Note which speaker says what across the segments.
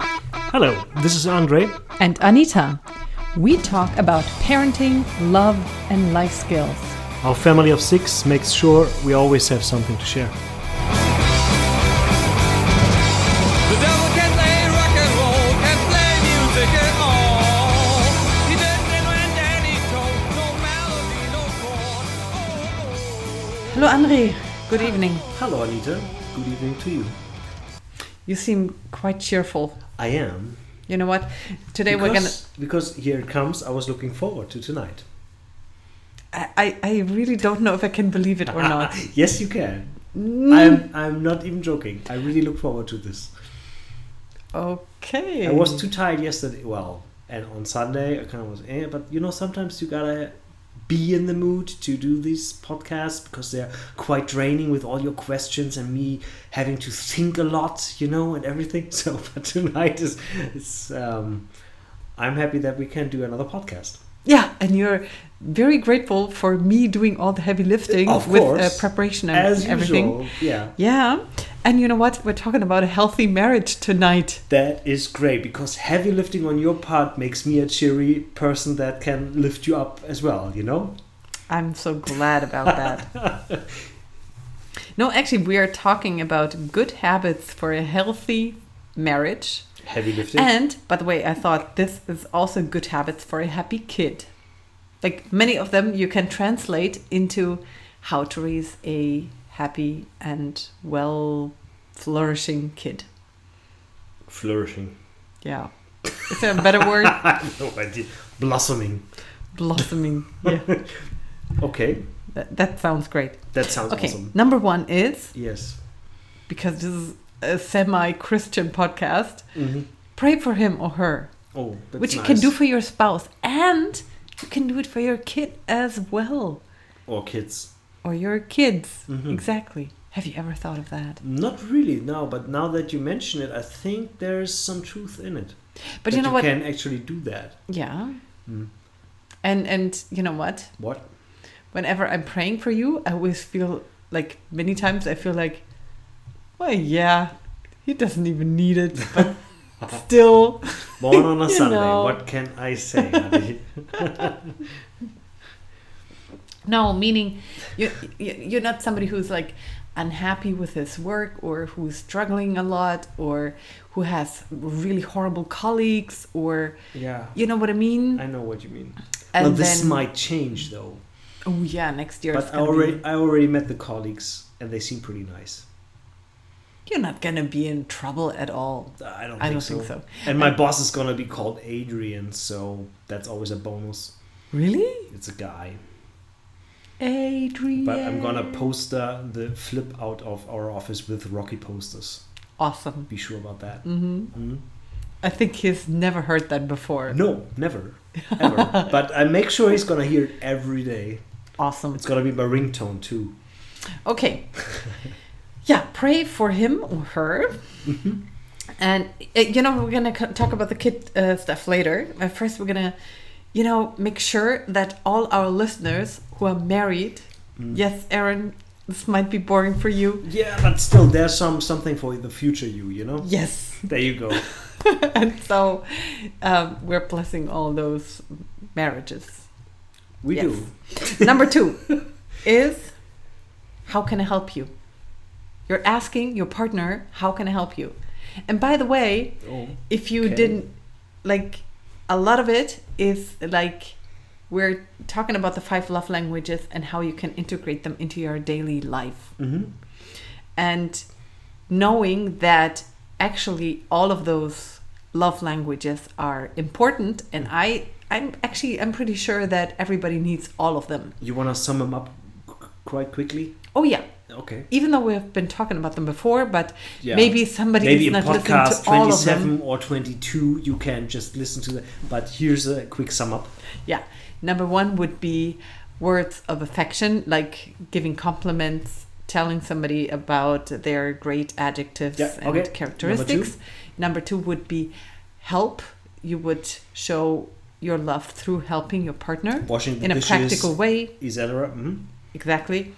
Speaker 1: Hello, this is Andre.
Speaker 2: and Anita. We talk about parenting, love, and life skills.
Speaker 1: Our family of six makes sure we always have something to share.
Speaker 3: The devil can play rock and roll, can play music at all. He doesn't mind any tone, no melody, no chord.
Speaker 2: Hello, Andre. Good evening.
Speaker 1: Hello, Anita. Good evening to you.
Speaker 2: You seem quite cheerful.
Speaker 1: I am.
Speaker 2: You know what? Today we're gonna.
Speaker 1: because here it comes, I was looking forward to tonight.
Speaker 2: I, I I really don't know if I can believe it or not.
Speaker 1: Ah, yes, you can.
Speaker 2: Mm.
Speaker 1: I'm, I'm not even joking. I really look forward to this.
Speaker 2: Okay.
Speaker 1: I was too tired yesterday. Well, and on Sunday I kind of was, eh, but you know, sometimes you gotta be in the mood to do these podcasts because they're quite draining with all your questions and me having to think a lot, you know, and everything. So, but tonight is, it's, um, I'm happy that we can do another podcast.
Speaker 2: Yeah, and you're very grateful for me doing all the heavy lifting
Speaker 1: Of
Speaker 2: with
Speaker 1: course.
Speaker 2: uh, preparation and
Speaker 1: As
Speaker 2: everything.
Speaker 1: usual, yeah.
Speaker 2: Yeah. And you know what? We're talking about a healthy marriage tonight.
Speaker 1: That is great because heavy lifting on your part makes me a cheery person that can lift you up as well, you know?
Speaker 2: I'm so glad about that. no, actually, we are talking about good habits for a healthy marriage.
Speaker 1: Heavy lifting.
Speaker 2: And by the way, I thought this is also good habits for a happy kid. Like many of them, you can translate into how to raise a happy and well flourishing kid.
Speaker 1: Flourishing.
Speaker 2: Yeah. Is there a better word?
Speaker 1: I have no idea. Blossoming.
Speaker 2: Blossoming. Yeah.
Speaker 1: Okay,
Speaker 2: That, that sounds great.
Speaker 1: that sounds
Speaker 2: Okay.
Speaker 1: awesome.
Speaker 2: Number one is
Speaker 1: Yes.
Speaker 2: because this is a semi Christian podcast,
Speaker 1: Mm-hmm.
Speaker 2: pray for him or her,
Speaker 1: Oh, that's
Speaker 2: which you
Speaker 1: nice.
Speaker 2: can do for your spouse and you can do it for your kid as well
Speaker 1: or kids.
Speaker 2: or your kids.
Speaker 1: Mhm.
Speaker 2: Exactly. Have you ever thought of that?
Speaker 1: Not really, no. But now that you mention it, I think there is some truth in it. that
Speaker 2: But you know what?
Speaker 1: can actually do that.
Speaker 2: Yeah.
Speaker 1: Mm.
Speaker 2: And and you know what?
Speaker 1: What?
Speaker 2: Whenever I'm praying for you, I always feel like many times I feel like, well, yeah, he doesn't even need it, but still.
Speaker 1: Born on a
Speaker 2: You
Speaker 1: Sunday.
Speaker 2: know.
Speaker 1: What can I say? honey?
Speaker 2: No, meaning you, you- you're not somebody who's like unhappy with his work or who's struggling a lot or who has really horrible colleagues or
Speaker 1: yeah,
Speaker 2: you know what I mean?
Speaker 1: I know what you mean.
Speaker 2: And
Speaker 1: well, this
Speaker 2: then-
Speaker 1: might change though.
Speaker 2: Oh yeah, next year. it's
Speaker 1: But I
Speaker 2: gonna be-
Speaker 1: already, I already met the colleagues, and they seem pretty nice.
Speaker 2: you're not gonna be in trouble at all.
Speaker 1: I don't. Think
Speaker 2: I don't
Speaker 1: so.
Speaker 2: think so.
Speaker 1: And my boss is gonna be called Adrian, so that's always a bonus.
Speaker 2: Really,
Speaker 1: It's a guy.
Speaker 2: Adrian?
Speaker 1: But I'm gonna poster the flip out of our office with Rocky posters.
Speaker 2: Awesome.
Speaker 1: Be sure about that.
Speaker 2: hmm
Speaker 1: Mhm.
Speaker 2: I think he's never heard that before.
Speaker 1: No, never, ever. but I make sure he's gonna hear it every day.
Speaker 2: Awesome.
Speaker 1: It's gonna be my ringtone too.
Speaker 2: Okay. yeah, pray for him or her. and uh, you know we're gonna c- talk about the kid uh, stuff later. Uh, first, we're gonna, you know, make sure that all our listeners who are married. Yes, Aaron, this might be boring for you.
Speaker 1: Yeah, but still, there's some something for the future you. You know.
Speaker 2: Yes,
Speaker 1: There you go.
Speaker 2: and so um, we're blessing all those marriages.
Speaker 1: We
Speaker 2: Yes.
Speaker 1: do.
Speaker 2: Number two is how can I help you? You're asking your partner, how can I help you? And by the way,
Speaker 1: Oh.
Speaker 2: if you
Speaker 1: Okay.
Speaker 2: didn't like a lot of it is like we're talking about the five love languages and how you can integrate them into your daily life
Speaker 1: hmm
Speaker 2: and knowing that actually all of those love languages are important and i i'm actually i'm pretty sure that everybody needs all of them
Speaker 1: You wanna sum them up qu- quite quickly?
Speaker 2: oh yeah
Speaker 1: Okay.
Speaker 2: even though we've been talking about them before but
Speaker 1: Yeah.
Speaker 2: maybe somebody
Speaker 1: Maybe
Speaker 2: is
Speaker 1: in
Speaker 2: not listening
Speaker 1: podcast
Speaker 2: to all of them
Speaker 1: 27 or 22, you can just listen to that. But here's a quick sum up.
Speaker 2: Yeah. Number one would be words of affection, like giving compliments, telling somebody about their great adjectives
Speaker 1: Yeah,
Speaker 2: and
Speaker 1: okay.
Speaker 2: characteristics. Number two. would be help. You would show your love through helping your partner
Speaker 1: Washing the
Speaker 2: in a
Speaker 1: dishes,
Speaker 2: practical way.
Speaker 1: etc. Mhm.
Speaker 2: Exactly.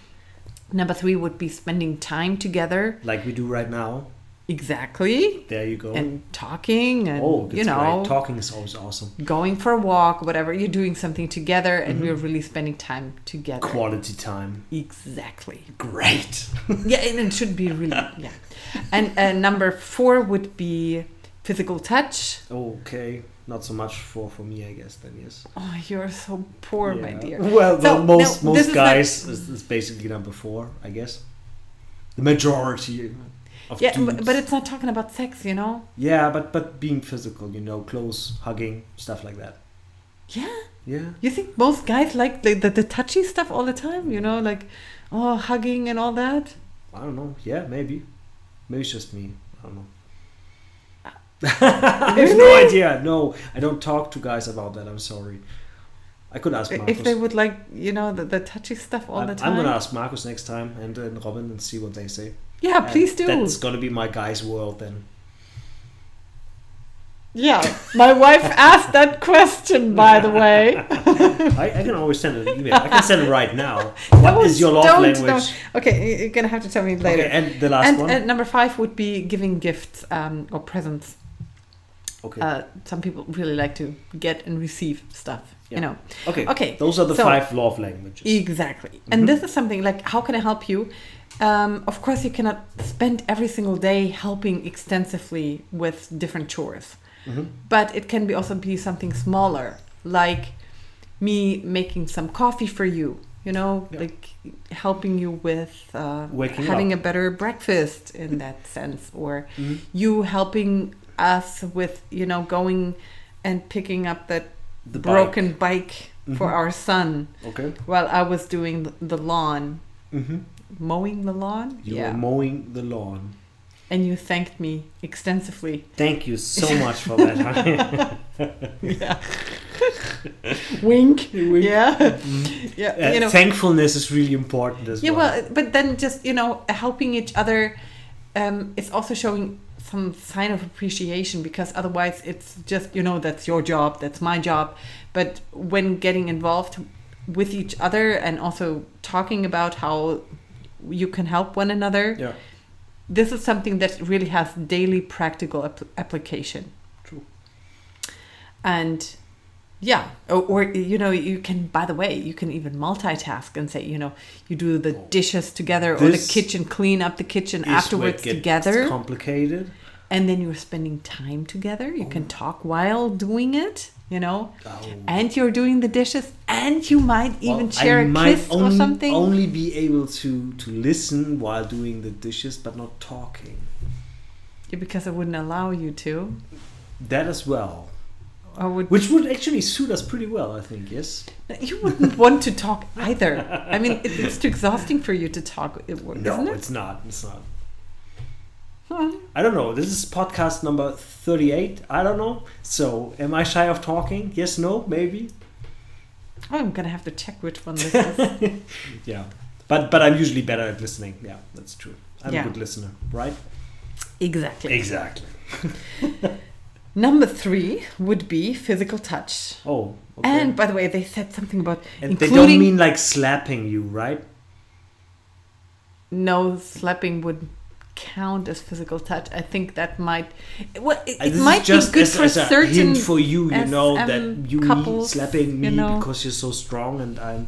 Speaker 2: Number three would be spending time together.
Speaker 1: Like we do right now.
Speaker 2: exactly
Speaker 1: There you go.
Speaker 2: and talking and
Speaker 1: oh, that's
Speaker 2: you know
Speaker 1: great. talking is always awesome.
Speaker 2: going for a walk whatever you're doing something together and
Speaker 1: Mm-hmm.
Speaker 2: you're really spending time together
Speaker 1: Quality time.
Speaker 2: exactly
Speaker 1: Great.
Speaker 2: yeah and it should be really yeah and uh, number four would be physical touch
Speaker 1: okay, not so much for for me, I guess. Then yes.
Speaker 2: oh you're so poor my
Speaker 1: Yeah.
Speaker 2: dear
Speaker 1: Well,
Speaker 2: So,
Speaker 1: the most
Speaker 2: no, this
Speaker 1: most
Speaker 2: is not-
Speaker 1: guys is, is basically number four, I guess. The majority of
Speaker 2: yeah
Speaker 1: dudes.
Speaker 2: but it's not talking about sex you know
Speaker 1: yeah, but but being physical, you know, close, hugging, stuff like that.
Speaker 2: yeah
Speaker 1: Yeah.
Speaker 2: you think most guys like the, the, the touchy stuff all the time you know like oh hugging and all that
Speaker 1: I don't know. Yeah, maybe. Maybe it's just me. I don't know. I have no
Speaker 2: Really?
Speaker 1: idea. No, I don't talk to guys about that. I'm sorry. I could ask Marcus.
Speaker 2: if they would like you know the, the touchy stuff all
Speaker 1: I'm,
Speaker 2: the
Speaker 1: I'm
Speaker 2: time
Speaker 1: gonna ask Marcus next time and, and Robin and see what they say.
Speaker 2: yeah
Speaker 1: And
Speaker 2: please do
Speaker 1: That's gonna be my guy's world then.
Speaker 2: yeah my wife asked that question by the way
Speaker 1: I, I can always send an email. I can send it right now. What is your love
Speaker 2: Don't-
Speaker 1: language?
Speaker 2: don't- okay you- you're gonna have to tell me later
Speaker 1: Okay, and the last
Speaker 2: and,
Speaker 1: one.
Speaker 2: and number five would be giving gifts um, or presents
Speaker 1: okay.
Speaker 2: uh, some people really like to get and receive stuff
Speaker 1: Yeah.
Speaker 2: you know
Speaker 1: okay.
Speaker 2: okay,
Speaker 1: Those are the
Speaker 2: so- e-
Speaker 1: five love languages.
Speaker 2: Exactly.
Speaker 1: Mm-hmm.
Speaker 2: And this is something like, how can I help you? Um, of course, you cannot spend every single day helping extensively with different chores,
Speaker 1: Mm-hmm.
Speaker 2: but it can be also be something smaller, like me making some coffee for you. You know,
Speaker 1: Yeah.
Speaker 2: like helping you with uh,
Speaker 1: Waking
Speaker 2: having
Speaker 1: up. Mm-hmm.
Speaker 2: a better breakfast in that sense, or
Speaker 1: Mhm.
Speaker 2: you helping us with you know going and picking up that
Speaker 1: The bike.
Speaker 2: broken bike for
Speaker 1: Mhm.
Speaker 2: our son
Speaker 1: Okay.
Speaker 2: while I was doing th- the lawn,
Speaker 1: hmm
Speaker 2: mowing the lawn.
Speaker 1: You
Speaker 2: yeah.
Speaker 1: were mowing the lawn.
Speaker 2: and you thanked me extensively.
Speaker 1: Thank you so much for that.
Speaker 2: Yeah. Wink.
Speaker 1: Wink.
Speaker 2: Yeah. yeah.
Speaker 1: Uh,
Speaker 2: you know.
Speaker 1: Thankfulness is really important as
Speaker 2: yeah.
Speaker 1: well.
Speaker 2: Well, but then just you know helping each other, um, it's also showing some sign of appreciation because otherwise it's just you know that's your job, that's my job. But when getting involved with each other and also talking about how you can help one another.
Speaker 1: yeah,
Speaker 2: this is something that really has daily practical ap- application
Speaker 1: true.
Speaker 2: and yeah or, or you know you can by the way you can even multitask and say you know you do the dishes together or the
Speaker 1: Oh. This
Speaker 2: kitchen clean up the kitchen
Speaker 1: Is where it
Speaker 2: afterwards
Speaker 1: gets
Speaker 2: together
Speaker 1: complicated.
Speaker 2: and then you're spending time together you can talk while doing it you know
Speaker 1: Oh.
Speaker 2: and you're doing the dishes and you might
Speaker 1: Well,
Speaker 2: even share
Speaker 1: I
Speaker 2: a
Speaker 1: might
Speaker 2: kiss
Speaker 1: only,
Speaker 2: or something
Speaker 1: Only be able to to listen while doing the dishes, but not talking.
Speaker 2: Yeah, because I wouldn't allow you to
Speaker 1: That as well,
Speaker 2: I would
Speaker 1: which would actually suit us pretty well, I think. Yes.
Speaker 2: You wouldn't want to talk either. I mean, it, it's too exhausting for you to talk, it- isn't
Speaker 1: No,
Speaker 2: it?
Speaker 1: it's not. It's not.
Speaker 2: Huh?
Speaker 1: I don't know. This is podcast number thirty-eight. I don't know. So, am I shy of talking? Yes. No. Maybe.
Speaker 2: I'm gonna have to check which one this is.
Speaker 1: Yeah. But but I'm usually better at listening. Yeah, that's true. I'm
Speaker 2: Yeah.
Speaker 1: a good listener, right?
Speaker 2: exactly.
Speaker 1: Exactly.
Speaker 2: Number three would be physical touch.
Speaker 1: Oh. Okay.
Speaker 2: And by the way, they said something about
Speaker 1: And they
Speaker 2: including
Speaker 1: don't mean like slapping you, right?
Speaker 2: no slapping would count as physical touch. I think that might well, it,
Speaker 1: Uh,
Speaker 2: it
Speaker 1: this is
Speaker 2: might be good
Speaker 1: as-
Speaker 2: for
Speaker 1: as a
Speaker 2: certain.
Speaker 1: hint for you, you know,
Speaker 2: SM
Speaker 1: that you
Speaker 2: couples,
Speaker 1: slapping me
Speaker 2: you know.
Speaker 1: because you're so strong, and I'm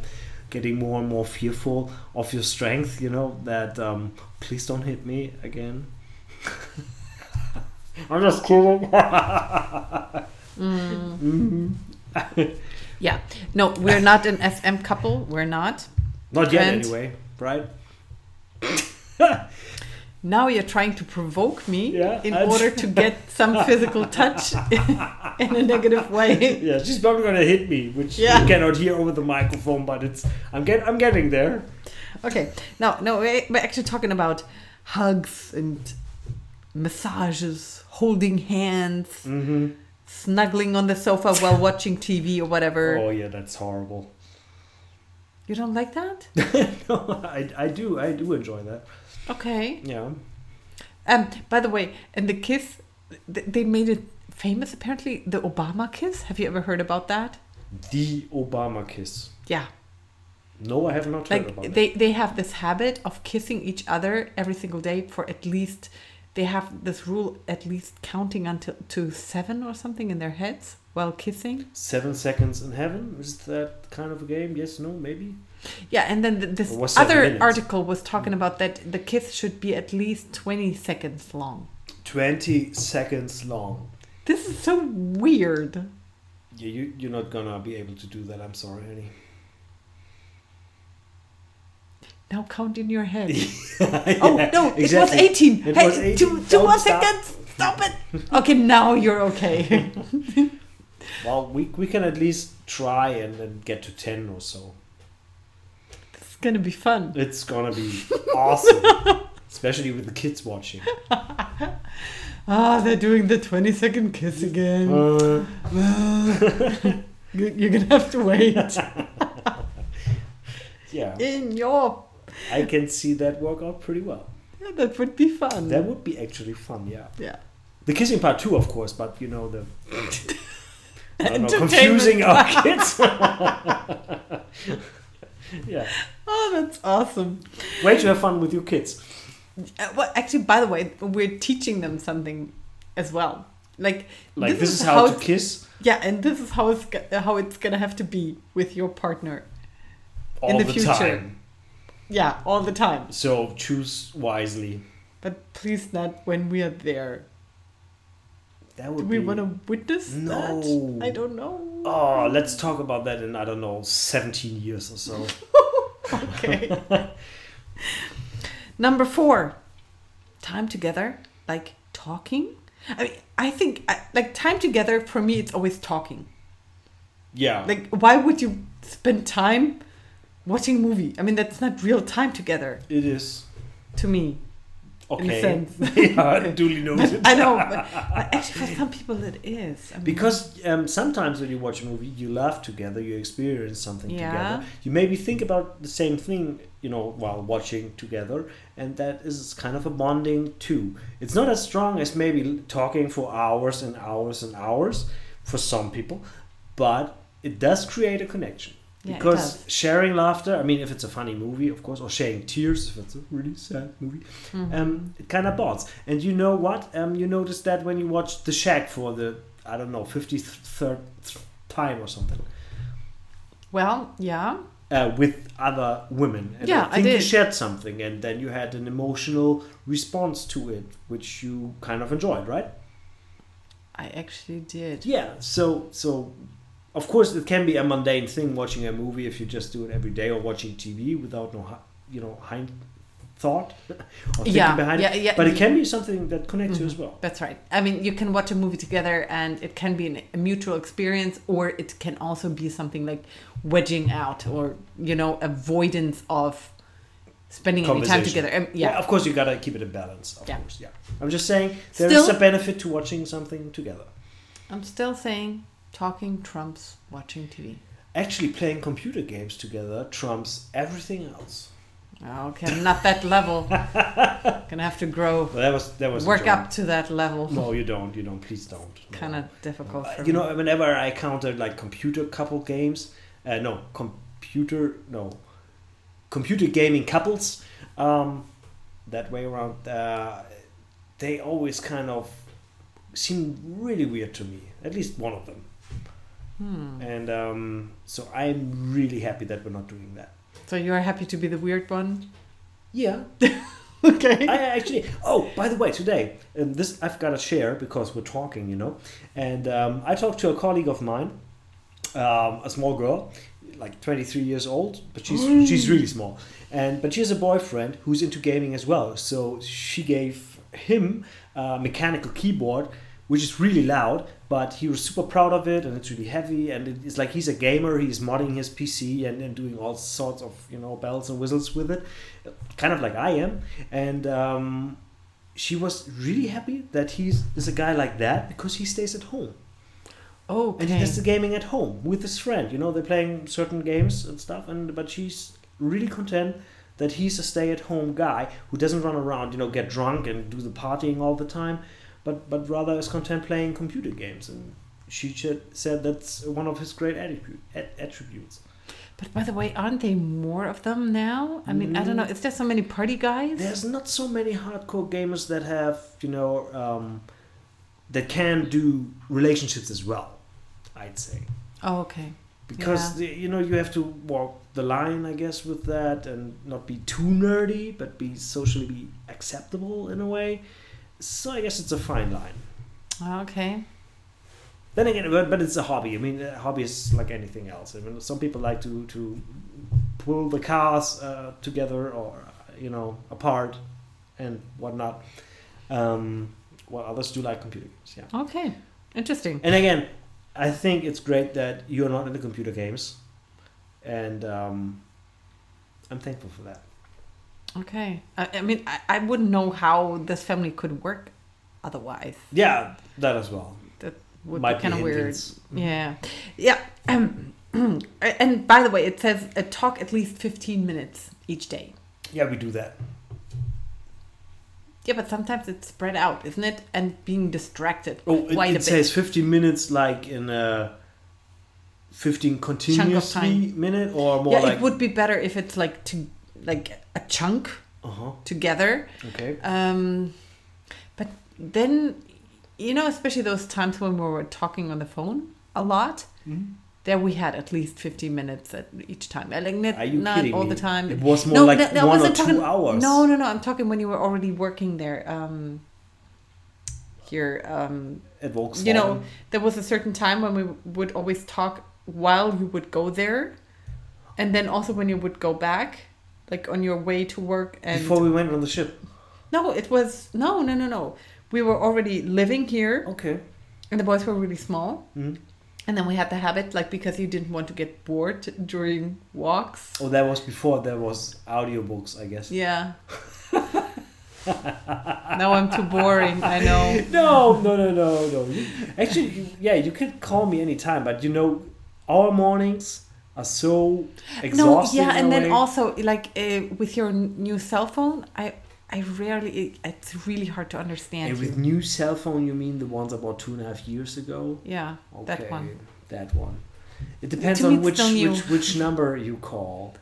Speaker 1: getting more and more fearful of your strength. You know that um, please don't hit me again. I'm just kidding.
Speaker 2: yeah, no, we're not an SM couple. We're not.
Speaker 1: Not yet,
Speaker 2: And-
Speaker 1: anyway. Right?
Speaker 2: now you're trying to provoke me
Speaker 1: Yeah,
Speaker 2: in
Speaker 1: and-
Speaker 2: order to get some physical touch in a negative way.
Speaker 1: Yeah, she's probably gonna hit me, which
Speaker 2: Yeah.
Speaker 1: you cannot hear over the microphone, but it's I'm get I'm getting there.
Speaker 2: Okay, now, no, we- we're actually talking about hugs and massages, holding hands,
Speaker 1: Mm-hmm.
Speaker 2: snuggling on the sofa while watching TV or whatever.
Speaker 1: Oh yeah, that's horrible.
Speaker 2: You don't like that?
Speaker 1: no, I, I do I do enjoy that.
Speaker 2: Okay.
Speaker 1: Yeah.
Speaker 2: Um. By the way, and the kiss, th- they made it famous apparently. The Obama kiss. Have you ever heard about that?
Speaker 1: The Obama kiss.
Speaker 2: Yeah.
Speaker 1: No, I have not heard about
Speaker 2: like
Speaker 1: it.
Speaker 2: they they have this habit of kissing each other every single day for at least they have this rule at least counting until to seven or something in their heads while kissing.
Speaker 1: Seven Seconds in Heaven? Is that kind of a game? Yes, no, maybe?
Speaker 2: Yeah, and then th- this
Speaker 1: Or was seven
Speaker 2: other
Speaker 1: minutes. Hmm.
Speaker 2: article was talking about that the kiss should be at least twenty seconds long.
Speaker 1: 20 seconds long.
Speaker 2: This is so weird.
Speaker 1: Yeah, you, you're not gonna be able to do that, I'm sorry, honey.
Speaker 2: Now count in your head. Oh
Speaker 1: Yeah,
Speaker 2: no, it was
Speaker 1: exactly.
Speaker 2: 18.
Speaker 1: It
Speaker 2: hey,
Speaker 1: was 18.
Speaker 2: Two, two
Speaker 1: Don't
Speaker 2: more
Speaker 1: stop.
Speaker 2: seconds. Stop it. Okay, now you're okay.
Speaker 1: Well, we, we can at least try and, and get to 10 or so.
Speaker 2: it's gonna be fun.
Speaker 1: It's gonna be awesome. Especially with the kids watching.
Speaker 2: Ah, they're doing the 20 second kiss again.
Speaker 1: Uh,
Speaker 2: You- You're gonna have to wait.
Speaker 1: yeah,
Speaker 2: in your.
Speaker 1: I can see that work out pretty well.
Speaker 2: Yeah, that would be fun.
Speaker 1: That would be actually fun, yeah.
Speaker 2: yeah.
Speaker 1: The kissing part too, of course, but you know the I don't know,
Speaker 2: Entertainment.
Speaker 1: confusing our kids. yeah,
Speaker 2: Oh, that's awesome.
Speaker 1: way to have fun with your kids.
Speaker 2: Uh, well, actually, by the way, we're teaching them something as well. Like,
Speaker 1: Like this, is, how, to
Speaker 2: it's-
Speaker 1: kiss
Speaker 2: Yeah, and this is how it's go- how it's gonna have to be with your partner.
Speaker 1: all
Speaker 2: the
Speaker 1: the,
Speaker 2: future.
Speaker 1: time.
Speaker 2: Yeah, all the time.
Speaker 1: So choose wisely.
Speaker 2: But please not when we are there.
Speaker 1: That would
Speaker 2: Do we
Speaker 1: be.
Speaker 2: want to witness
Speaker 1: No.
Speaker 2: that? I don't know.
Speaker 1: Oh, let's talk about that in I don't know, seventeen years or so.
Speaker 2: Okay. Number four, time together, like talking. I mean, I think I, like time together for me, it's always talking.
Speaker 1: Yeah,
Speaker 2: Like, why would you spend time watching movie? I mean, that's not real time together
Speaker 1: it is
Speaker 2: to me.
Speaker 1: okay.
Speaker 2: sense.
Speaker 1: yeah, duly noted.
Speaker 2: I know, but, but actually, for some people, it is. I mean,
Speaker 1: Because um, sometimes when you watch a movie, you laugh together, you experience something
Speaker 2: Yeah.
Speaker 1: together. You maybe think about the same thing, you know, while watching together, and that is kind of a bonding too. It's not as strong as maybe l- talking for hours and hours and hours for some people, but it does create a connection.
Speaker 2: Yeah, it
Speaker 1: because
Speaker 2: does.
Speaker 1: sharing laughter, I mean, if it's a funny movie, of course, or sharing tears, if it's a really sad movie,
Speaker 2: Mm-hmm.
Speaker 1: um, it kind of bonds. And you know what? Um, you notice that when you watch The Shack for the, I don't know, 53rd time or something,
Speaker 2: well, yeah,
Speaker 1: uh, with other women. And I
Speaker 2: Yeah, I
Speaker 1: think you
Speaker 2: did.
Speaker 1: shared something and then you had an emotional response to it, which you kind of enjoyed, right?
Speaker 2: I actually did.
Speaker 1: Yeah, so so of course it can be a mundane thing watching a movie if you just do it every day or watching TV without no hi- you know hind thought or thinking
Speaker 2: Yeah,
Speaker 1: behind
Speaker 2: yeah,
Speaker 1: it.
Speaker 2: yeah, Mm-hmm.
Speaker 1: but it
Speaker 2: yeah.
Speaker 1: can be something that connects you as well.
Speaker 2: That's right. I mean, you can watch a movie together and it can be an, a mutual experience, or it can also be something like wedging out or, you know, avoidance of spending any time
Speaker 1: Conversation.
Speaker 2: together. Um, yeah.
Speaker 1: of course you gotta keep it in balance. Of
Speaker 2: Yeah.
Speaker 1: course, yeah. I'm just saying there is
Speaker 2: Still-
Speaker 1: a benefit to watching something together.
Speaker 2: I'm still saying talking trumps watching TV.
Speaker 1: Actually, playing computer games together trumps everything else.
Speaker 2: Okay, I'm not that level. Gonna have to grow,
Speaker 1: Well, that was that was a
Speaker 2: work
Speaker 1: joke.
Speaker 2: up to that level.
Speaker 1: No, you don't. You don't. Please don't. No.
Speaker 2: Kind of difficult for
Speaker 1: Uh, you
Speaker 2: me.
Speaker 1: know whenever i counter like computer couple games uh, no computer no computer gaming couples um, that way around uh, they always kind of seem really weird to me at least one of them
Speaker 2: Hmm.
Speaker 1: and um, so i'm really happy that we're not doing that
Speaker 2: So you're happy to be the weird one?
Speaker 1: yeah
Speaker 2: Okay.
Speaker 1: I actually. Oh, by the way, today um, this I've got to share because we're talking, you know. And um, I talked to a colleague of mine, um, a small girl, like 23 years old, but she's she's really small. And but she has a boyfriend who's into gaming as well. So she gave him a mechanical keyboard, which is really loud. But he was super proud of it, and it's really heavy. And it- it's like he's a gamer. He's modding his PC and, and doing all sorts of you know bells and whistles with it, kind of like I am. And um, she was really happy that he's is a guy like that because he stays at home. And he
Speaker 2: okay.
Speaker 1: does the gaming at home with his friend. You know, they're playing certain games and stuff. And but she's really content that he's a stay-at-home guy who doesn't run around, you know, get drunk and do the partying all the time, but but rather is content playing computer games. And she ch- said that's one of his great attribute, at- attributes.
Speaker 2: But by the way, aren't they more of them now? I mean, I don't know. It's just so many party guys.
Speaker 1: There's not so many hardcore gamers that have, you know, um, that can do relationships as well, I'd say.
Speaker 2: Oh, okay.
Speaker 1: Because, the- you know, you have to walk the line, I guess, with that and not be too nerdy, but be socially be acceptable in a way. So I guess it's a fine line.
Speaker 2: Okay.
Speaker 1: Then again, but, but it's a hobby. I mean, a hobby is like anything else. I mean, some people like to, to pull the cars uh, together or, you know, apart and whatnot. Um, while others do like computer games, yeah.
Speaker 2: Okay. Interesting.
Speaker 1: And again, I think it's great that you're not into computer games. And um, I'm thankful for that.
Speaker 2: Okay. I, I mean, I, I wouldn't know how this family could work otherwise.
Speaker 1: Yeah, that as well.
Speaker 2: Would
Speaker 1: Might Mm-hmm.
Speaker 2: be kind of weird.
Speaker 1: hindrance.
Speaker 2: Yeah. Yeah. Um, and by the way, it says uh, talk at least 15 minutes each day.
Speaker 1: Yeah, we do that.
Speaker 2: Yeah, but sometimes it's spread out, isn't it? And being distracted
Speaker 1: Oh, it,
Speaker 2: quite a
Speaker 1: it
Speaker 2: bit.
Speaker 1: says 15 minutes, like in a 15 continuously minute, or more
Speaker 2: yeah,
Speaker 1: like.
Speaker 2: it would be better if it's like to like a chunk
Speaker 1: Uh huh.
Speaker 2: together.
Speaker 1: Okay.
Speaker 2: Um, but then, you know, especially those times when we were talking on the phone a lot,
Speaker 1: Mm-hmm.
Speaker 2: there we had at least 15 minutes at each time. Uh, Like not,
Speaker 1: Are you
Speaker 2: not
Speaker 1: kidding
Speaker 2: all
Speaker 1: me?
Speaker 2: the time.
Speaker 1: It was more like
Speaker 2: I
Speaker 1: one or
Speaker 2: wasn't
Speaker 1: two
Speaker 2: talking-
Speaker 1: hours.
Speaker 2: No, no, no. I'm talking when you were already working there. Um, here, um,
Speaker 1: At Volkswagen.
Speaker 2: you know, there was a certain time when we would always talk while you would go there, and then also when you would go back, like on your way to work. And
Speaker 1: before we went on the ship.
Speaker 2: no, it was no, no, no, no. We were already living here,
Speaker 1: Okay.
Speaker 2: and the boys were really small.
Speaker 1: Mhm.
Speaker 2: And then we had the habit, like, because you didn't want to get bored during walks.
Speaker 1: Oh, that was before there was audiobooks, I guess.
Speaker 2: Yeah. now I'm too boring. I know.
Speaker 1: No, no, no, no, no. You- Actually, you, yeah, you can call me anytime, but you know, our mornings are so exhausting.
Speaker 2: no, yeah,
Speaker 1: in
Speaker 2: and
Speaker 1: a
Speaker 2: then
Speaker 1: way.
Speaker 2: also like uh, with your n- new cell phone, I I rarely. It, it's really hard to understand.
Speaker 1: And
Speaker 2: you.
Speaker 1: with new cell phone, you mean the ones about two and a half years ago?
Speaker 2: yeah, that one.
Speaker 1: That one. It depends
Speaker 2: me,
Speaker 1: on
Speaker 2: it's
Speaker 1: which
Speaker 2: still new.
Speaker 1: which which number you call.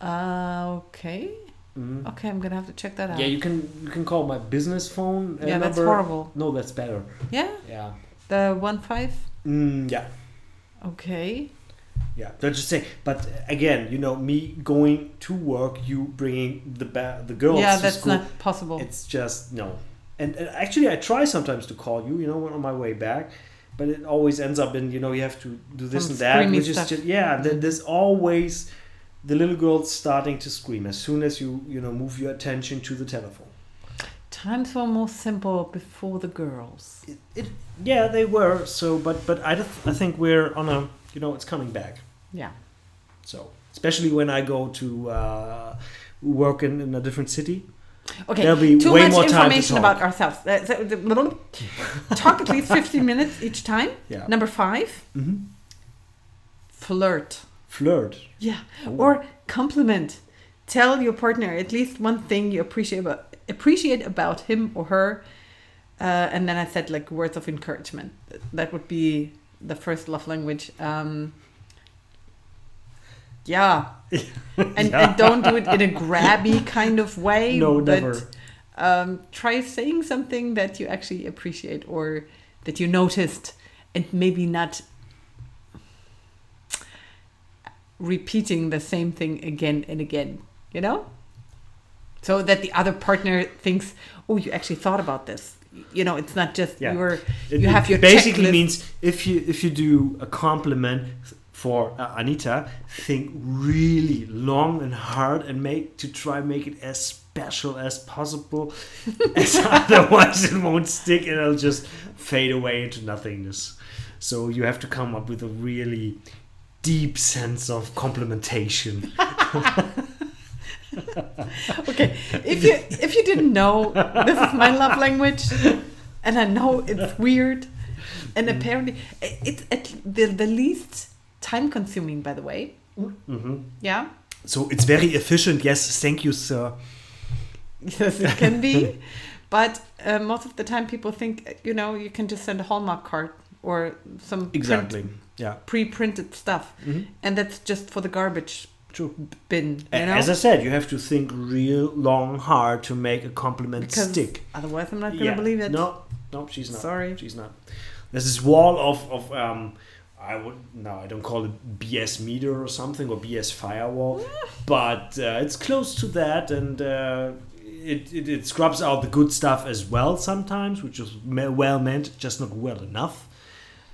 Speaker 2: Uh, okay,
Speaker 1: Mm.
Speaker 2: okay, I'm gonna have to check that out.
Speaker 1: Yeah, you can you can call my business phone. uh,
Speaker 2: Yeah, that's
Speaker 1: number.
Speaker 2: horrible.
Speaker 1: No, that's better.
Speaker 2: Yeah,
Speaker 1: Yeah.
Speaker 2: the one five.
Speaker 1: Mm, yeah.
Speaker 2: Okay.
Speaker 1: Yeah, don't just say. But uh, again, you know, me going to work, you bringing the ba- the girls
Speaker 2: yeah,
Speaker 1: to
Speaker 2: that's
Speaker 1: school.
Speaker 2: not possible.
Speaker 1: It's just no. And, and actually, I try sometimes to call you, you know, on my way back, but it always ends up in you know you have to do this
Speaker 2: Some
Speaker 1: and that,
Speaker 2: screamy
Speaker 1: which is
Speaker 2: stuff.
Speaker 1: just yeah. Then there's always the little girl starting to scream as soon as you you know move your attention to the telephone.
Speaker 2: Times were more simple before the girls.
Speaker 1: It, it yeah, they were so, but but I th- I think we're on a you know it's coming back.
Speaker 2: Yeah.
Speaker 1: So, especially when I go to uh, work in, in a different city.
Speaker 2: Okay.
Speaker 1: There'll be
Speaker 2: Too
Speaker 1: way
Speaker 2: much
Speaker 1: more time to
Speaker 2: information
Speaker 1: talk.
Speaker 2: about ourselves. Uh, so the- little- talk at least 15 minutes each time.
Speaker 1: Yeah.
Speaker 2: Number five,
Speaker 1: Mhm.
Speaker 2: flirt.
Speaker 1: Flirt.
Speaker 2: Yeah. Or compliment. Tell your partner at least one thing you appreciate about, appreciate about him or her. Uh, and then I said like words of encouragement. That would be the first love language. Um, yeah. And, and don't do it in a grabby kind of way.
Speaker 1: No,
Speaker 2: but,
Speaker 1: never.
Speaker 2: Um, try saying something that you actually appreciate or that you noticed and maybe not repeating the same thing again and again, you know? So that the other partner thinks, oh, you actually thought about this. You know, it's not just
Speaker 1: Yeah.
Speaker 2: your,
Speaker 1: It,
Speaker 2: you
Speaker 1: it
Speaker 2: have your
Speaker 1: basically
Speaker 2: checklist.
Speaker 1: means if you if you do a compliment for uh, Anita, think really long and hard and make to try make it as special as possible. as otherwise, it won't stick and it'll just fade away into nothingness. So you have to come up with a really deep sense of complimentation.
Speaker 2: okay if you if you didn't know this is my love language and i know it's weird and
Speaker 1: Mm.
Speaker 2: apparently it- it's at the, the least time consuming by the way
Speaker 1: hmm
Speaker 2: yeah
Speaker 1: So it's very efficient. Yes, thank you, sir.
Speaker 2: yes it can be but uh, most of the time people think you know you can just send a hallmark card or some print
Speaker 1: Exactly. Yeah.
Speaker 2: pre-printed stuff,
Speaker 1: Mhm.
Speaker 2: and that's just for the garbage
Speaker 1: True.
Speaker 2: bin. You
Speaker 1: A-
Speaker 2: know,
Speaker 1: As I said, you have to think real long hard to make a compliment
Speaker 2: because
Speaker 1: stick.
Speaker 2: otherwise I'm not gonna believe it.
Speaker 1: No, no, she's not.
Speaker 2: Sorry.
Speaker 1: She's not. There's this wall of, of um, I would no, I don't call it BS meter or something or BS firewall, but uh, it's close to that, and uh, it, it it scrubs out the good stuff as well sometimes, which is me- well meant, just not well enough.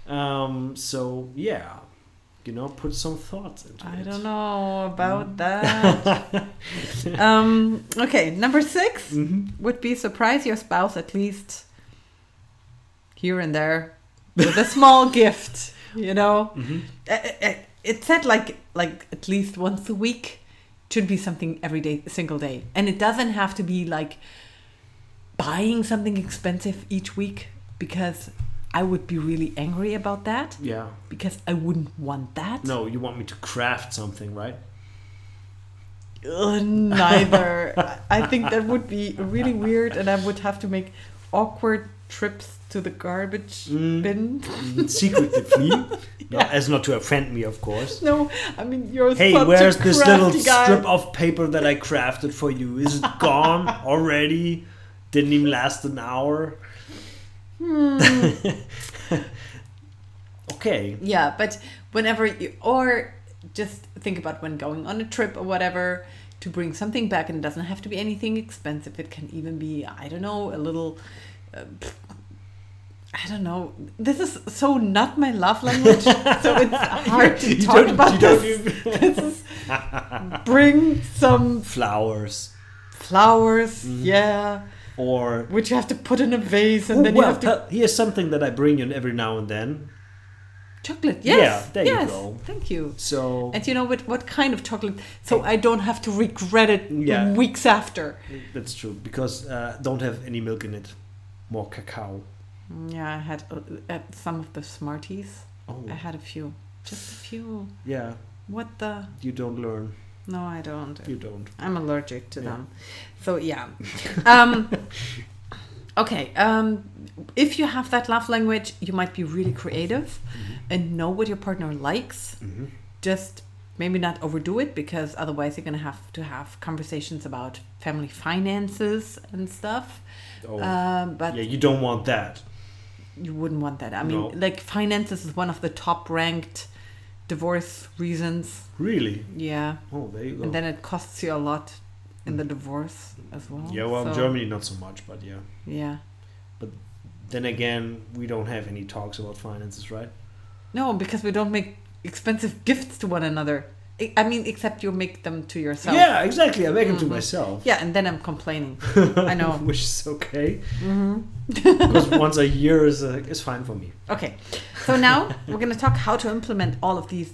Speaker 1: Um, so yeah, you know, put some thought into
Speaker 2: I
Speaker 1: it.
Speaker 2: don't know
Speaker 1: Mm.
Speaker 2: about that. um, okay, number 6 would be surprise your spouse at least here and there with a small gift. You know, Uh, uh, uh, it said like like at least once a week should be something every day, single day, and it doesn't have to be like buying something expensive each week because I would be really angry about that
Speaker 1: Yeah.
Speaker 2: because I wouldn't want that.
Speaker 1: No, you want me to craft something, right?
Speaker 2: Ugh, neither. I- I think that would be really weird, and I would have to make awkward trips to the garbage
Speaker 1: Mm.
Speaker 2: bin.
Speaker 1: Secretively, no,
Speaker 2: Yeah.
Speaker 1: as not to offend me, of course.
Speaker 2: No, I mean you're
Speaker 1: Hey,
Speaker 2: such
Speaker 1: where's
Speaker 2: a
Speaker 1: this little
Speaker 2: crafty guy.
Speaker 1: strip of paper that I crafted for you? Is it gone already? Didn't even last an hour.
Speaker 2: Hmm.
Speaker 1: okay.
Speaker 2: Yeah, but whenever you or just think about when going on a trip or whatever to bring something back, and it doesn't have to be anything expensive. It can even be I don't know a little. Uh, I don't know. This is so not my love language, so it's hard to
Speaker 1: You
Speaker 2: talk
Speaker 1: don't-
Speaker 2: about
Speaker 1: you don't
Speaker 2: this.
Speaker 1: even-
Speaker 2: this is bring some
Speaker 1: Flowers
Speaker 2: flowers,
Speaker 1: Mm-hmm.
Speaker 2: yeah,
Speaker 1: or.
Speaker 2: which you have to put in a vase, and
Speaker 1: Oh,
Speaker 2: then you
Speaker 1: well,
Speaker 2: have to
Speaker 1: hell, here's something that I bring you every now and then.
Speaker 2: chocolate.
Speaker 1: Yeah,
Speaker 2: Yes,
Speaker 1: there you
Speaker 2: yes,
Speaker 1: go.
Speaker 2: Thank you.
Speaker 1: So
Speaker 2: And you know what? What kind of chocolate? So I don't have to regret it
Speaker 1: Yeah.
Speaker 2: weeks after.
Speaker 1: that's true because uh, don't have any milk in it. More cacao.
Speaker 2: Yeah, I had uh, uh, some of the Smarties.
Speaker 1: Oh,
Speaker 2: I had a few, just a few.
Speaker 1: yeah.
Speaker 2: What the?
Speaker 1: You don't learn.
Speaker 2: No, I don't.
Speaker 1: You don't.
Speaker 2: I'm allergic to
Speaker 1: Yeah.
Speaker 2: them. So yeah. Um, okay. Um, if you have that love language, you might be really creative
Speaker 1: Mm-hmm.
Speaker 2: and know what your partner likes. Just maybe not overdo it because otherwise you're gonna have to have conversations about family finances and stuff.
Speaker 1: Oh.
Speaker 2: Um, but
Speaker 1: yeah, you don't want that.
Speaker 2: you wouldn't want that. I mean,
Speaker 1: No.
Speaker 2: like finances is one of the top ranked divorce reasons.
Speaker 1: Really?
Speaker 2: Yeah,
Speaker 1: Oh, there you go.
Speaker 2: and then it costs you a lot in the divorce as well.
Speaker 1: Mm. yeah, well, in
Speaker 2: so-
Speaker 1: Germany not so much, but yeah.
Speaker 2: Yeah.
Speaker 1: Then again, we don't have any talks about finances, right?
Speaker 2: No, because we don't make expensive gifts to one another. I- I mean, except you make them to yourself.
Speaker 1: Yeah, exactly. I make them to myself,
Speaker 2: Mm-hmm. Yeah, and then I'm complaining. I know. Mm-hmm.
Speaker 1: which is okay. because once a year is uh, is fine for me.
Speaker 2: Okay. So now we're going to talk how to implement all of these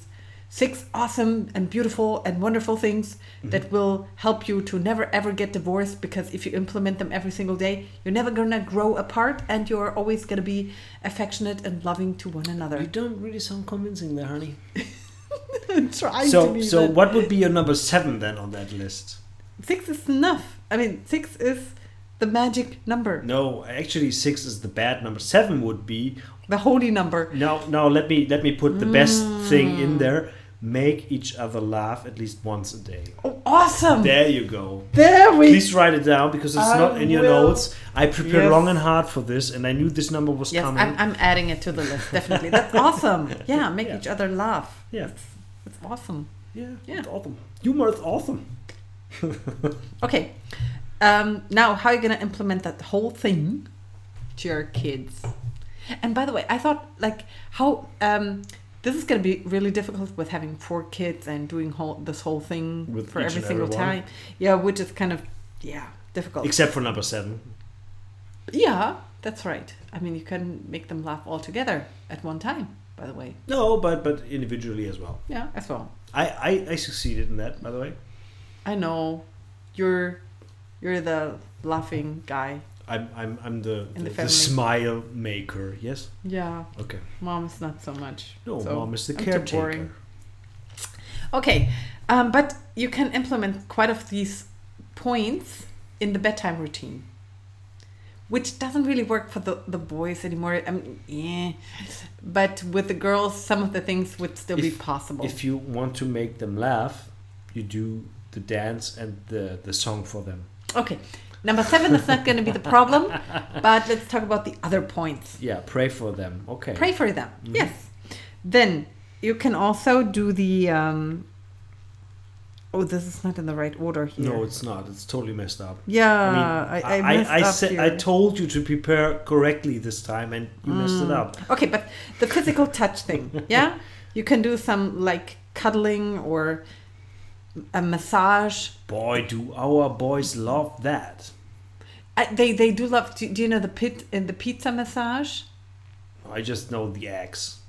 Speaker 2: six awesome and beautiful and wonderful things that will help you to never ever get divorced because if you implement them every single day, you're never going to grow apart and you're always going to be affectionate and loving to one
Speaker 1: You
Speaker 2: another.
Speaker 1: don't really sound convincing there, honey.
Speaker 2: Trying to
Speaker 1: So,
Speaker 2: be
Speaker 1: so
Speaker 2: but-
Speaker 1: what would be your number seven then on that list?
Speaker 2: Six is enough. I mean, six is the magic number,
Speaker 1: No, actually, six is the bad number. Seven would be
Speaker 2: the holy number.
Speaker 1: now. Now let me let me put the best thing
Speaker 2: Mm.
Speaker 1: in there. Make each other laugh at least once a day.
Speaker 2: Oh, awesome! There,
Speaker 1: There you go.
Speaker 2: we.
Speaker 1: Please write it down because it's
Speaker 2: I
Speaker 1: not in your
Speaker 2: will.
Speaker 1: notes. I prepared
Speaker 2: Yes.
Speaker 1: long and hard for this, and I knew this number was
Speaker 2: yes,
Speaker 1: coming.
Speaker 2: I'm, I'm adding it to the list. Definitely, that's awesome. Yeah, make
Speaker 1: Yeah.
Speaker 2: each other laugh.
Speaker 1: Yeah.
Speaker 2: it's, it's awesome.
Speaker 1: yeah,
Speaker 2: Yeah.
Speaker 1: it's awesome. Humor is awesome.
Speaker 2: Okay, um, now how are you gonna implement that whole thing to your kids? And by the way, I thought like how um, this is gonna be really difficult with having four kids and doing whole this whole thing
Speaker 1: With
Speaker 2: for
Speaker 1: each
Speaker 2: every
Speaker 1: and
Speaker 2: single
Speaker 1: every one.
Speaker 2: time. Yeah, which is kind of yeah difficult.
Speaker 1: Except for number seven.
Speaker 2: Yeah, that's right. I mean, you can make them laugh all together at one time, by the way.
Speaker 1: No, but but individually as well.
Speaker 2: Yeah, as well.
Speaker 1: I, I, I succeeded in that, by the way.
Speaker 2: I know you're you're the laughing guy.
Speaker 1: I'm I'm, I'm the
Speaker 2: In
Speaker 1: the,
Speaker 2: the
Speaker 1: the
Speaker 2: family.
Speaker 1: smile maker. Yes.
Speaker 2: Yeah,
Speaker 1: Okay.
Speaker 2: mom is not so much.
Speaker 1: No,
Speaker 2: so
Speaker 1: mom is the
Speaker 2: I'm too
Speaker 1: caretaker.
Speaker 2: boring. Okay, um, but you can implement quite of these points in the bedtime routine, which doesn't really work for the, the boys anymore. I mean, yeah. But with the girls, some of the things would still be
Speaker 1: If-
Speaker 2: possible.
Speaker 1: If you want to make them laugh, you do the dance and the, the song for them.
Speaker 2: okay. Number seven is not going to be the problem, but let's talk about the other points.
Speaker 1: Yeah, pray for them. Okay.
Speaker 2: Pray for them.
Speaker 1: Mm-hmm.
Speaker 2: Yes. Then you can also do the. Um, oh, this is not in the right order here.
Speaker 1: No, it's not. It's totally messed up.
Speaker 2: yeah, I I, messed up
Speaker 1: said-
Speaker 2: here.
Speaker 1: I told you to prepare correctly this time, and you messed it up.
Speaker 2: Okay, but the physical touch thing, yeah? You can do some like cuddling or a massage.
Speaker 1: Boy, do our boys love that!
Speaker 2: I, they they do love. Do, do you know the pit in the pizza massage?
Speaker 1: I just know the axe,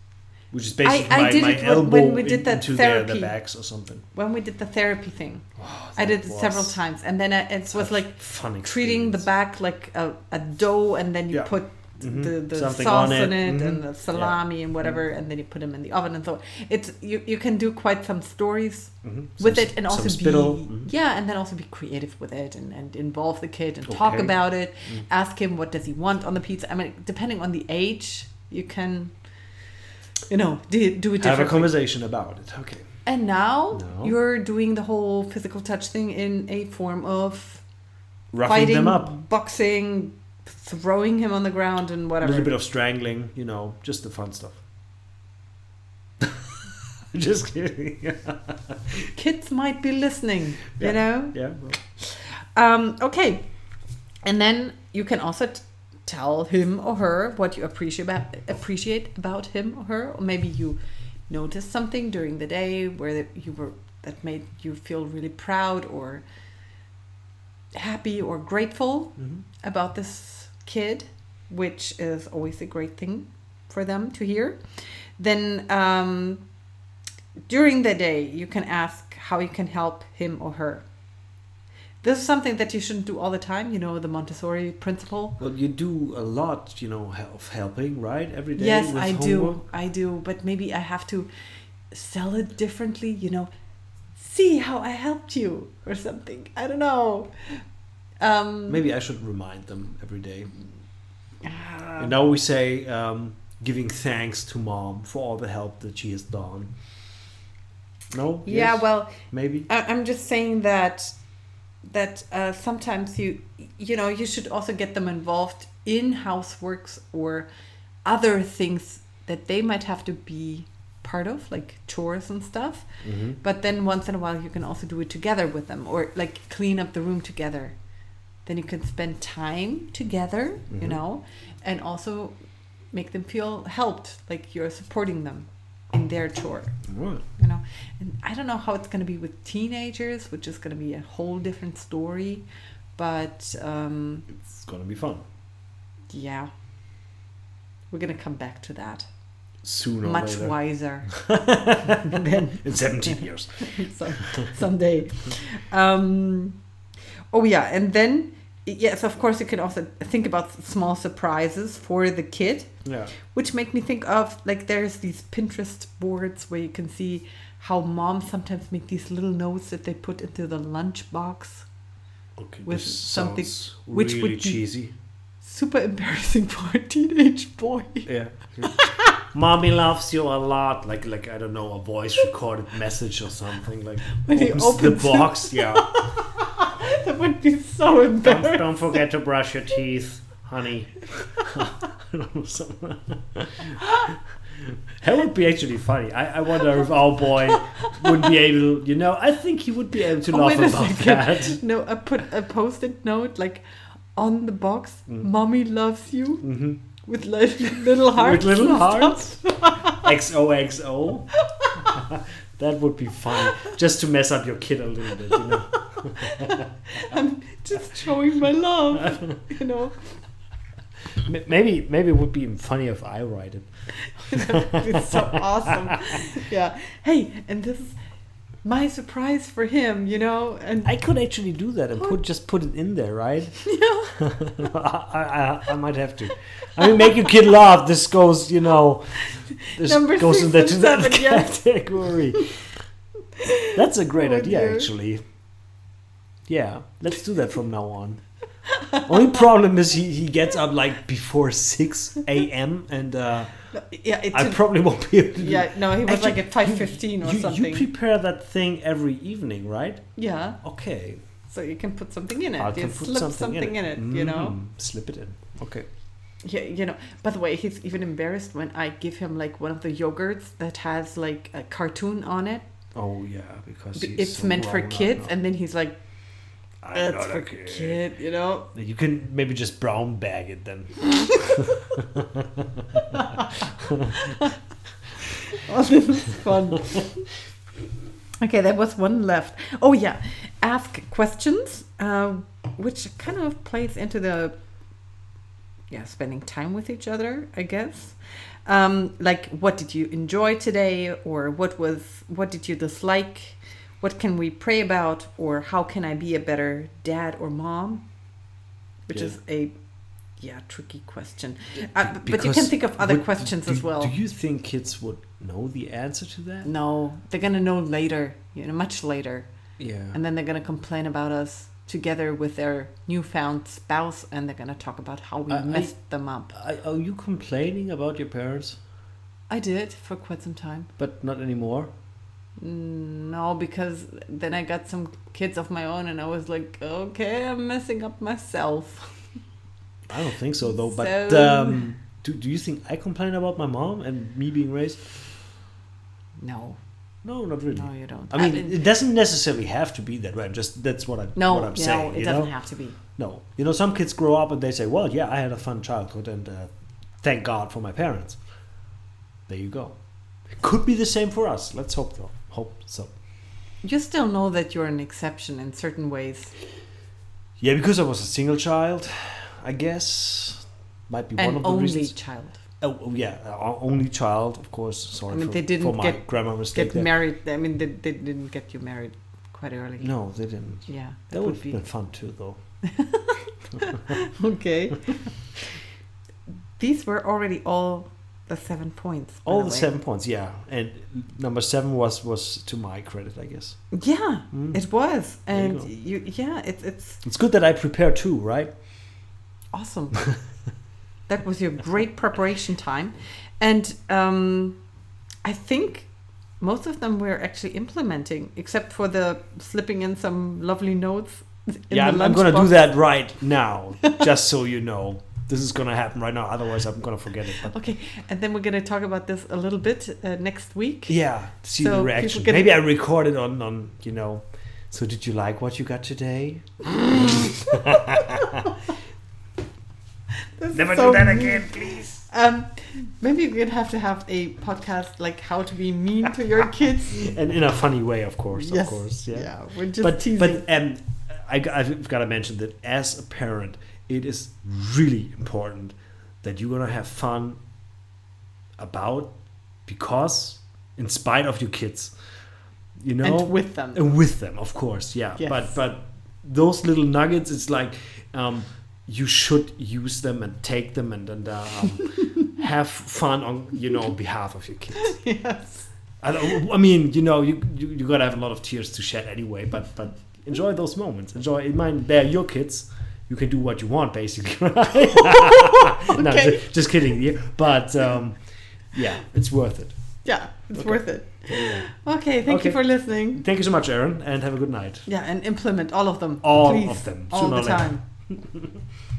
Speaker 1: which is
Speaker 2: I
Speaker 1: basically my,
Speaker 2: did
Speaker 1: my
Speaker 2: it when-
Speaker 1: elbow
Speaker 2: when we did
Speaker 1: in-
Speaker 2: that
Speaker 1: into their,
Speaker 2: therapy.
Speaker 1: their backs or something.
Speaker 2: When we did the therapy thing,
Speaker 1: Oh,
Speaker 2: I
Speaker 1: that
Speaker 2: did it several
Speaker 1: was
Speaker 2: times, and then I, it was
Speaker 1: such
Speaker 2: like
Speaker 1: fun
Speaker 2: treating the
Speaker 1: experience.
Speaker 2: back like a, a dough, and then you
Speaker 1: Yeah.
Speaker 2: put
Speaker 1: Mhm.
Speaker 2: the, the
Speaker 1: Something on
Speaker 2: sauce in
Speaker 1: it. Mm-hmm.
Speaker 2: it
Speaker 1: Mhm.
Speaker 2: and the salami and whatever, and then you put them in the oven and so on. It's you you can do quite some stories
Speaker 1: Mhm.
Speaker 2: with
Speaker 1: Some-
Speaker 2: it and also
Speaker 1: some spittle.
Speaker 2: be
Speaker 1: Mhm.
Speaker 2: yeah and then also be creative with it and, and involve the kid and talk
Speaker 1: Okay. Mm.
Speaker 2: about it ask him what does he want on the pizza i mean depending on the age you can you know do, do
Speaker 1: Have a
Speaker 2: it differently
Speaker 1: conversation about it. Okay.
Speaker 2: and now
Speaker 1: No.
Speaker 2: you're doing the whole physical touch thing in a form of
Speaker 1: Roughing
Speaker 2: fighting
Speaker 1: them up.
Speaker 2: boxing throwing him on the ground and
Speaker 1: A
Speaker 2: whatever
Speaker 1: little bit of strangling, you know, just the fun stuff. just kidding.
Speaker 2: kids might be listening
Speaker 1: Yeah.
Speaker 2: you know
Speaker 1: yeah. well,
Speaker 2: Um, okay. And then you can also t- tell him or her what you appreciate about, appreciate about him or her, or maybe you noticed something during the day where that you were that made you feel really proud or happy or grateful
Speaker 1: mhm.
Speaker 2: about this kid, which is always a great thing for them to hear. Then um, during the day, you can ask how you can help him or her. This is something that you shouldn't do all the time, you know, the Montessori principle.
Speaker 1: Well, you do a lot, you know, he- of helping, right? Every day.
Speaker 2: Yes,
Speaker 1: with
Speaker 2: I
Speaker 1: homework.
Speaker 2: do. I do, but maybe I have to sell it differently, you know. See how I helped you or something. I don't know. Um,
Speaker 1: Maybe I should remind them every day.
Speaker 2: ah.
Speaker 1: And now we say, um, giving thanks to mom for all the help that she has done. No?
Speaker 2: yeah,
Speaker 1: Yes?
Speaker 2: well, uh,
Speaker 1: Maybe?
Speaker 2: I- I'm just saying that that uh, sometimes you you know you should also get them involved in houseworks or other things that they might have to be part of like chores and stuff
Speaker 1: Mhm.
Speaker 2: but then once in a while you can also do it together with them or like clean up the room together then you can spend time together you know and also make them feel helped like you're supporting them in their chore
Speaker 1: Right.
Speaker 2: you know and i don't know how it's going to be with teenagers which is going to be a whole different story but um,
Speaker 1: It's going to be fun.
Speaker 2: yeah we're going to come back to that
Speaker 1: Sooner or
Speaker 2: much
Speaker 1: later.
Speaker 2: wiser
Speaker 1: In 17 years.
Speaker 2: so, someday um, oh yeah and then yes of course you can also think about small surprises for the kid
Speaker 1: Yeah.
Speaker 2: which make me think of like there's these Pinterest boards where you can see how moms sometimes make these little notes that they put into the lunchbox.
Speaker 1: Okay,
Speaker 2: With
Speaker 1: this
Speaker 2: something
Speaker 1: sounds
Speaker 2: which
Speaker 1: really
Speaker 2: would be-
Speaker 1: cheesy.
Speaker 2: Super embarrassing for a teenage boy.
Speaker 1: Yeah. Mommy loves you a lot. Like like I don't know, a voice recorded message or something. Like
Speaker 2: When he
Speaker 1: opens the
Speaker 2: opens it.
Speaker 1: box. Yeah.
Speaker 2: that would be so
Speaker 1: don't,
Speaker 2: embarrassing.
Speaker 1: don't forget to brush your teeth, honey. Something- that would be actually funny. I, I wonder if our boy would be able. You know, I think he would be able to
Speaker 2: Oh,
Speaker 1: laugh
Speaker 2: wait a
Speaker 1: about
Speaker 2: second.
Speaker 1: that.
Speaker 2: No, I put a post-it note like on the box,
Speaker 1: Mm.
Speaker 2: "Mommy loves you," with like little hearts.
Speaker 1: Mm-hmm. little
Speaker 2: and stuff.
Speaker 1: hearts? XOXO. that would be fun, just to mess up your kid a little bit. You know.
Speaker 2: I'm just showing my love, you know.
Speaker 1: M- Maybe maybe it would be even funny if I write it.
Speaker 2: it's so awesome. Yeah. Hey, and this is my surprise for him, you know? And
Speaker 1: I could actually do that and put just put it in there, right?
Speaker 2: yeah.
Speaker 1: I, I, I might have to. I mean, make your kid laugh. This goes, you know, this
Speaker 2: Number
Speaker 1: goes
Speaker 2: six
Speaker 1: in the
Speaker 2: and
Speaker 1: to that
Speaker 2: seven, yes.
Speaker 1: category. That's a great
Speaker 2: Oh,
Speaker 1: idea,
Speaker 2: dear.
Speaker 1: actually. Yeah, let's do that from now on. Only problem is he, he gets up like before 6 a.m. and uh,
Speaker 2: No, yeah, it
Speaker 1: I
Speaker 2: took-
Speaker 1: probably won't be able to do
Speaker 2: yeah, no, he was
Speaker 1: Actually,
Speaker 2: like at five fifteen or
Speaker 1: you,
Speaker 2: something.
Speaker 1: You prepare that thing every evening, right?
Speaker 2: yeah,
Speaker 1: Okay.
Speaker 2: so you can put something in it.
Speaker 1: I
Speaker 2: you
Speaker 1: can put
Speaker 2: slip
Speaker 1: something,
Speaker 2: in it, you know.
Speaker 1: Mm, slip it in. Okay.
Speaker 2: Yeah, you know. By the way, he's even embarrassed when I give him like one of the yogurts that has like a cartoon on it.
Speaker 1: Oh yeah, because he's
Speaker 2: it's
Speaker 1: so
Speaker 2: meant for
Speaker 1: grown up
Speaker 2: kids,
Speaker 1: now.
Speaker 2: and then he's like,
Speaker 1: I'm
Speaker 2: "That's
Speaker 1: not a
Speaker 2: for
Speaker 1: kid."
Speaker 2: kid," Uh, you know.
Speaker 1: You can maybe just brown bag it then.
Speaker 2: Oh, this is fun. okay, there was one left. Oh yeah, ask questions, uh, which kind of plays into the yeah spending time with each other, I guess. Um, like, what did you enjoy today, or what was what did you dislike? What can we pray about, or how can I be a better dad or mom? Which
Speaker 1: Yeah.
Speaker 2: is a yeah tricky question, uh, b- but you
Speaker 1: Because
Speaker 2: can think of other
Speaker 1: would-
Speaker 2: questions
Speaker 1: do-
Speaker 2: as well.
Speaker 1: Do you think kids would know the answer to that?
Speaker 2: No, they're gonna know later, you know, much later,
Speaker 1: Yeah.
Speaker 2: and then they're gonna complain about us together with their newfound spouse, and they're gonna talk about how we
Speaker 1: Uh, I- I-
Speaker 2: messed them up.
Speaker 1: Are, are you complaining about your parents,
Speaker 2: I did for quite some time. Mm,
Speaker 1: but not anymore?
Speaker 2: No, because then I got some kids of my own, and I was like, okay, I'm messing up myself.
Speaker 1: I don't think so though. But
Speaker 2: So-
Speaker 1: um, do do you think I complain about my mom and me being raised?
Speaker 2: No,
Speaker 1: No, not really.
Speaker 2: no, you don't. Uh,
Speaker 1: I mean, it doesn't necessarily have to be that way. I'm just that's what I
Speaker 2: no,
Speaker 1: what I'm
Speaker 2: no,
Speaker 1: saying.
Speaker 2: it
Speaker 1: you
Speaker 2: doesn't
Speaker 1: know?
Speaker 2: have to be.
Speaker 1: No, you know, some kids grow up and they say, "Well, yeah, I had a fun childhood, and uh, thank God for my parents." There you go. Could be the same for us. Let's hope though. Hope so.
Speaker 2: You still know that you're an exception in certain ways,
Speaker 1: Yeah, because I was a single child, I guess might be one
Speaker 2: an
Speaker 1: of the
Speaker 2: only
Speaker 1: reasons.
Speaker 2: child.
Speaker 1: Oh, oh, yeah, uh, only child, of course. Sorry
Speaker 2: I mean,
Speaker 1: for,
Speaker 2: they didn't
Speaker 1: for my
Speaker 2: get-
Speaker 1: grammar mistake.
Speaker 2: Get
Speaker 1: there.
Speaker 2: married. I mean, they, they didn't get you married quite early.
Speaker 1: No, they didn't.
Speaker 2: Yeah,
Speaker 1: That, would have been fun too, though.
Speaker 2: okay. These were already all the seven points. by
Speaker 1: All the
Speaker 2: way.
Speaker 1: seven points, yeah. And number seven was was to my credit, I guess.
Speaker 2: Yeah,
Speaker 1: Mm.
Speaker 2: it was,
Speaker 1: There you
Speaker 2: and
Speaker 1: go.
Speaker 2: you, yeah, it's it's
Speaker 1: It's good that I prepare too, right?
Speaker 2: awesome. that was your great preparation time, and um, I think most of them we're actually implementing, except for the slipping in some lovely notes. In
Speaker 1: yeah,
Speaker 2: the
Speaker 1: I'm, I'm gonna
Speaker 2: lunchbox.
Speaker 1: do that right now, just so you know. This is gonna happen right now. Otherwise, I'm gonna forget it. But
Speaker 2: Okay, and then we're gonna talk about this a little bit uh, next week.
Speaker 1: yeah, see
Speaker 2: So
Speaker 1: the
Speaker 2: people
Speaker 1: reaction.
Speaker 2: can-
Speaker 1: Maybe I record it on on you know. So did you like what you got today?
Speaker 2: This is
Speaker 1: Never
Speaker 2: so
Speaker 1: do that
Speaker 2: mean.
Speaker 1: again, please.
Speaker 2: Um, maybe we'd have to have a podcast like how to be mean to your kids.
Speaker 1: And in a funny way, of course, of course, yeah.
Speaker 2: we're just
Speaker 1: but
Speaker 2: teasing.
Speaker 1: but um, I, have got to mention that as a parent, it is really important that you're gonna have fun about because in spite of your kids, you know,
Speaker 2: and with them.
Speaker 1: and with them, of course, yeah.
Speaker 2: Yes.
Speaker 1: But but those little nuggets, it's like um, you should use them and take them and and uh, um, have fun on you know on behalf of your kids.
Speaker 2: yes.
Speaker 1: I, don't- I mean, you know, you, you you gotta have a lot of tears to shed anyway. But but enjoy those moments. Enjoy. In mind, they're your kids. You can do what you want, basically. Right? no,
Speaker 2: Okay.
Speaker 1: just, just kidding. Yeah, but um, yeah, it's worth it.
Speaker 2: Yeah, it's
Speaker 1: Okay.
Speaker 2: worth it.
Speaker 1: There you go.
Speaker 2: Okay, thank
Speaker 1: Okay.
Speaker 2: you for listening.
Speaker 1: Thank you so much, Aaron, and have a good night.
Speaker 2: Yeah, and implement all of them.
Speaker 1: All
Speaker 2: please.
Speaker 1: of them,
Speaker 2: All
Speaker 1: sooner
Speaker 2: the
Speaker 1: or later.
Speaker 2: time.